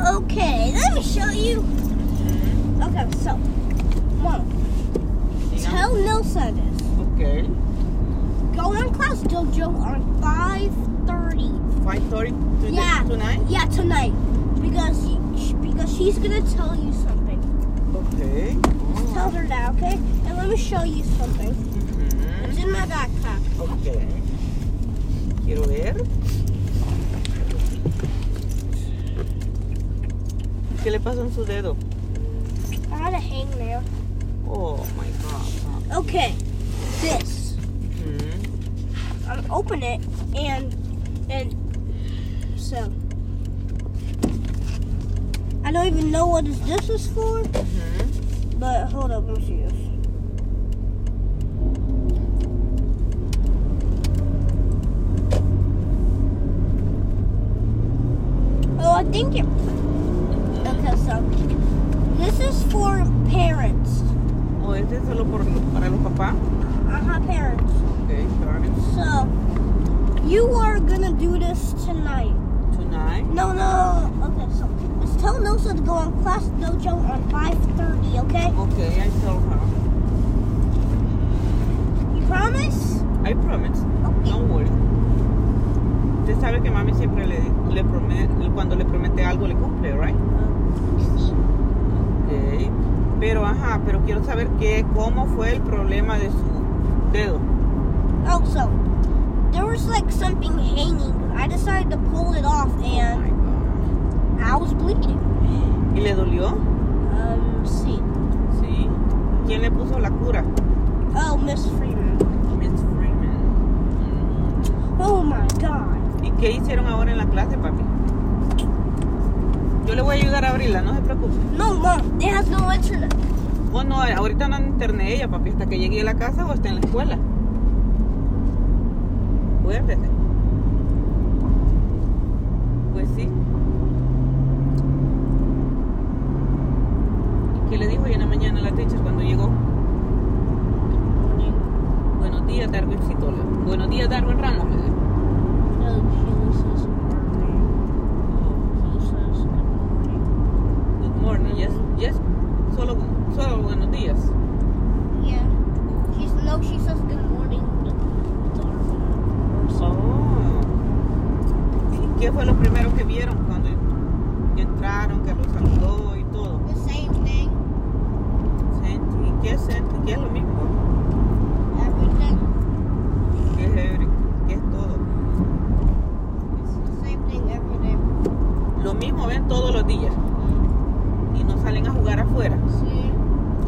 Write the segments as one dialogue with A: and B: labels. A: Okay, let me show you. Okay, so, Mom,
B: Diga.
A: tell Nilsa this.
B: Okay.
A: Go in class dojo on 5.30.
B: 5.30 to
A: Yeah.
B: the, tonight?
A: Yeah, tonight. Because, she- because she's going to tell you something.
B: Okay.
A: Tell her that, okay? And let me show you something.
B: Mhm.
A: It's in my backpack.
B: Ok. Quiero ver. ¿Qué le pasó en su dedo?
A: I had a hangnail.
B: Oh my god.
A: Okay, this.
B: Mhm.
A: I'm gonna open it and and so I don't even know what is this is for,
B: Mhm.
A: but hold up, let me see this. Oh, I think it. Okay, so this is for parents.
B: ¿O este es solo por, para los papás?
A: Uh huh, parents.
B: Ok, parents.
A: So you are gonna do this tonight.
B: Tonight.
A: No, no. Okay, so just tell Nosa to go on class dojo on 5:30. Okay?
B: Ok, I tell her.
A: You promise?
B: I promise.
A: Okay.
B: No worry. Usted sabe que mami siempre le, le promete, cuando le promete algo le cumple, right? Ok. Pero, ajá, pero quiero saber qué, cómo fue el problema de su dedo.
A: Oh, so there was like something hanging. I decided to pull it off,
B: Oh
A: and
B: my God.
A: I was bleeding.
B: ¿Y le dolió?
A: Um, let's see.
B: Sí. ¿Quién le puso la cura?
A: Oh, Miss Freeman.
B: Miss Freeman.
A: Oh my God.
B: ¿Y qué hicieron ahora en la clase, papi? Yo le voy a ayudar a abrirla, no se preocupe.
A: No, mom. It has no internet.
B: Oh, no, ahorita no en internet ella, papi, hasta que llegue a la casa o esté en la escuela. Acuérdese. Pues sí. ¿Y qué le dijo hoy en la mañana a la teacher cuando llegó? Buenos días, Darwin Citola. Buenos días, Darwin Ramos. le dijo. Good morning, yes, yes. Solo, solo buenos días.
A: Yeah. She's no. She says good morning. to- to her. Or something.
B: ¿Y qué fue lo primero que vieron cuando entraron, que los saludó y todo?
A: The same thing.
B: Senti, ¿qué es Senti? ¿Qué es lo mismo?
A: Everything,
B: ¿Qué es every? ¿Qué es todo?
A: it's the same thing every day.
B: Lo mismo ven todos los días y no salen a jugar afuera
A: See,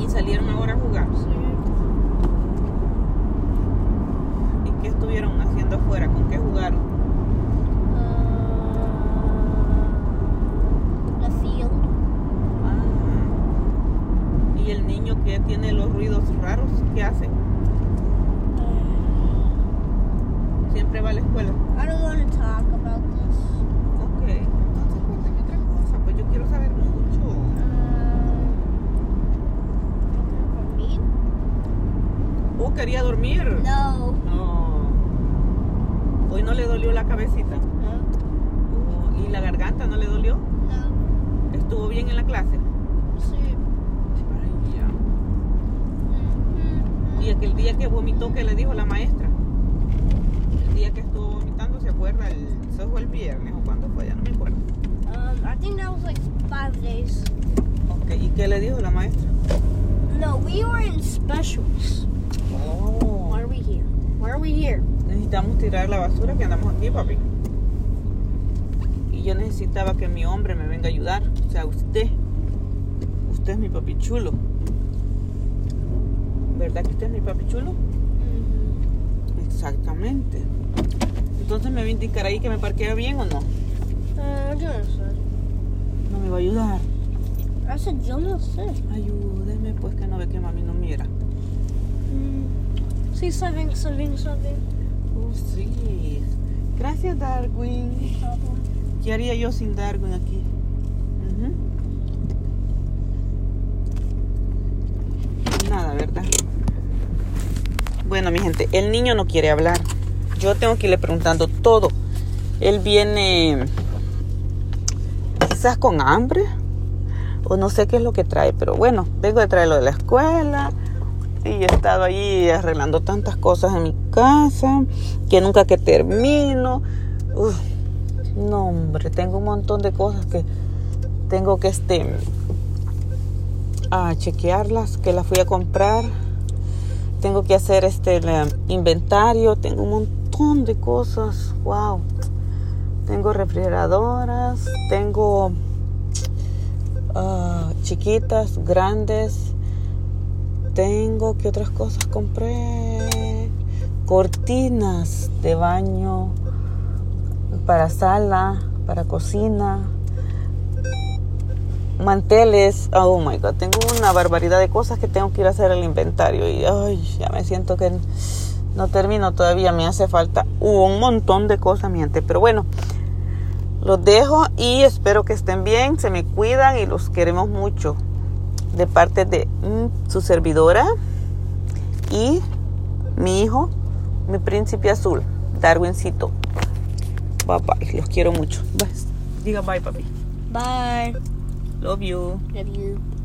B: y salieron ahora a jugar.
A: see.
B: ¿Y qué estuvieron haciendo afuera? ¿Con qué jugaron?
A: Uh, the field.
B: Ah. ¿Y el niño que tiene los ruidos raros? ¿Qué hace?
A: Uh,
B: Siempre va a la escuela.
A: I don't want to talk about this.
B: Ok, entonces cuéntame otra cosa, pues yo quiero saber mucho.
A: Um, me?
B: Oh, quería dormir.
A: No.
B: No. Hoy no le dolió la cabecita.
A: No.
B: Oh, ¿Y la garganta no le dolió?
A: No.
B: ¿Estuvo bien en la clase?
A: See.
B: Ay, ya.
A: Mhm.
B: ¿Y aquel día que vomitó, qué le dijo la maestra? El día que estuvo vomitando, ¿se acuerda? El, eso fue el viernes o cuándo fue, ya no me acuerdo.
A: Um, I think that was like five days.
B: Ok, ¿y qué le dijo la maestra?
A: No, we were in specials.
B: Oh.
A: Why are we here? Why are we here?
B: Necesitamos tirar la basura que andamos aquí, papi. Y yo necesitaba que mi hombre me venga a ayudar. O sea, usted. Usted es mi papi chulo. ¿Verdad que usted es mi papi chulo?
A: Mm-hmm.
B: Exactamente. Entonces me va a indicar ahí que me parquea bien o no.
A: Uh, Jonas said.
B: No me va a ayudar.
A: I said Jonas said.
B: Ayúdeme pues que no ve que mami no mira.
A: See something, something, something.
B: Oh, sí. Gracias, Darwin.
A: Problem.
B: ¿Qué haría yo sin Darwin aquí? Ujú. Nada, ¿verdad? Bueno, mi gente, el niño no quiere hablar. Yo tengo que irle preguntando todo. Él viene quizás con hambre o no sé qué es lo que trae, pero bueno, vengo de traerlo de la escuela y he estado ahí arreglando tantas cosas en mi casa que nunca que termino. Uf, no, hombre, tengo un montón de cosas que tengo que este a chequearlas, que las fui a comprar. Tengo que hacer este el inventario, tengo un montón de cosas. Wow. Tengo refrigeradoras, tengo ah, chiquitas, grandes. Tengo que otras cosas compré. Cortinas de baño para sala, para cocina manteles, oh my god, tengo una barbaridad de cosas que tengo que ir a hacer el inventario y ay, ya me siento que no termino todavía, me hace falta un montón de cosas, mi gente, pero bueno, los dejo y espero que estén bien, se me cuidan y los queremos mucho de parte de mm, su servidora y mi hijo, mi príncipe azul, Darwincito. Bye bye, los quiero mucho. Bye. Diga bye, papi.
A: Bye.
B: Love you.
A: Love you.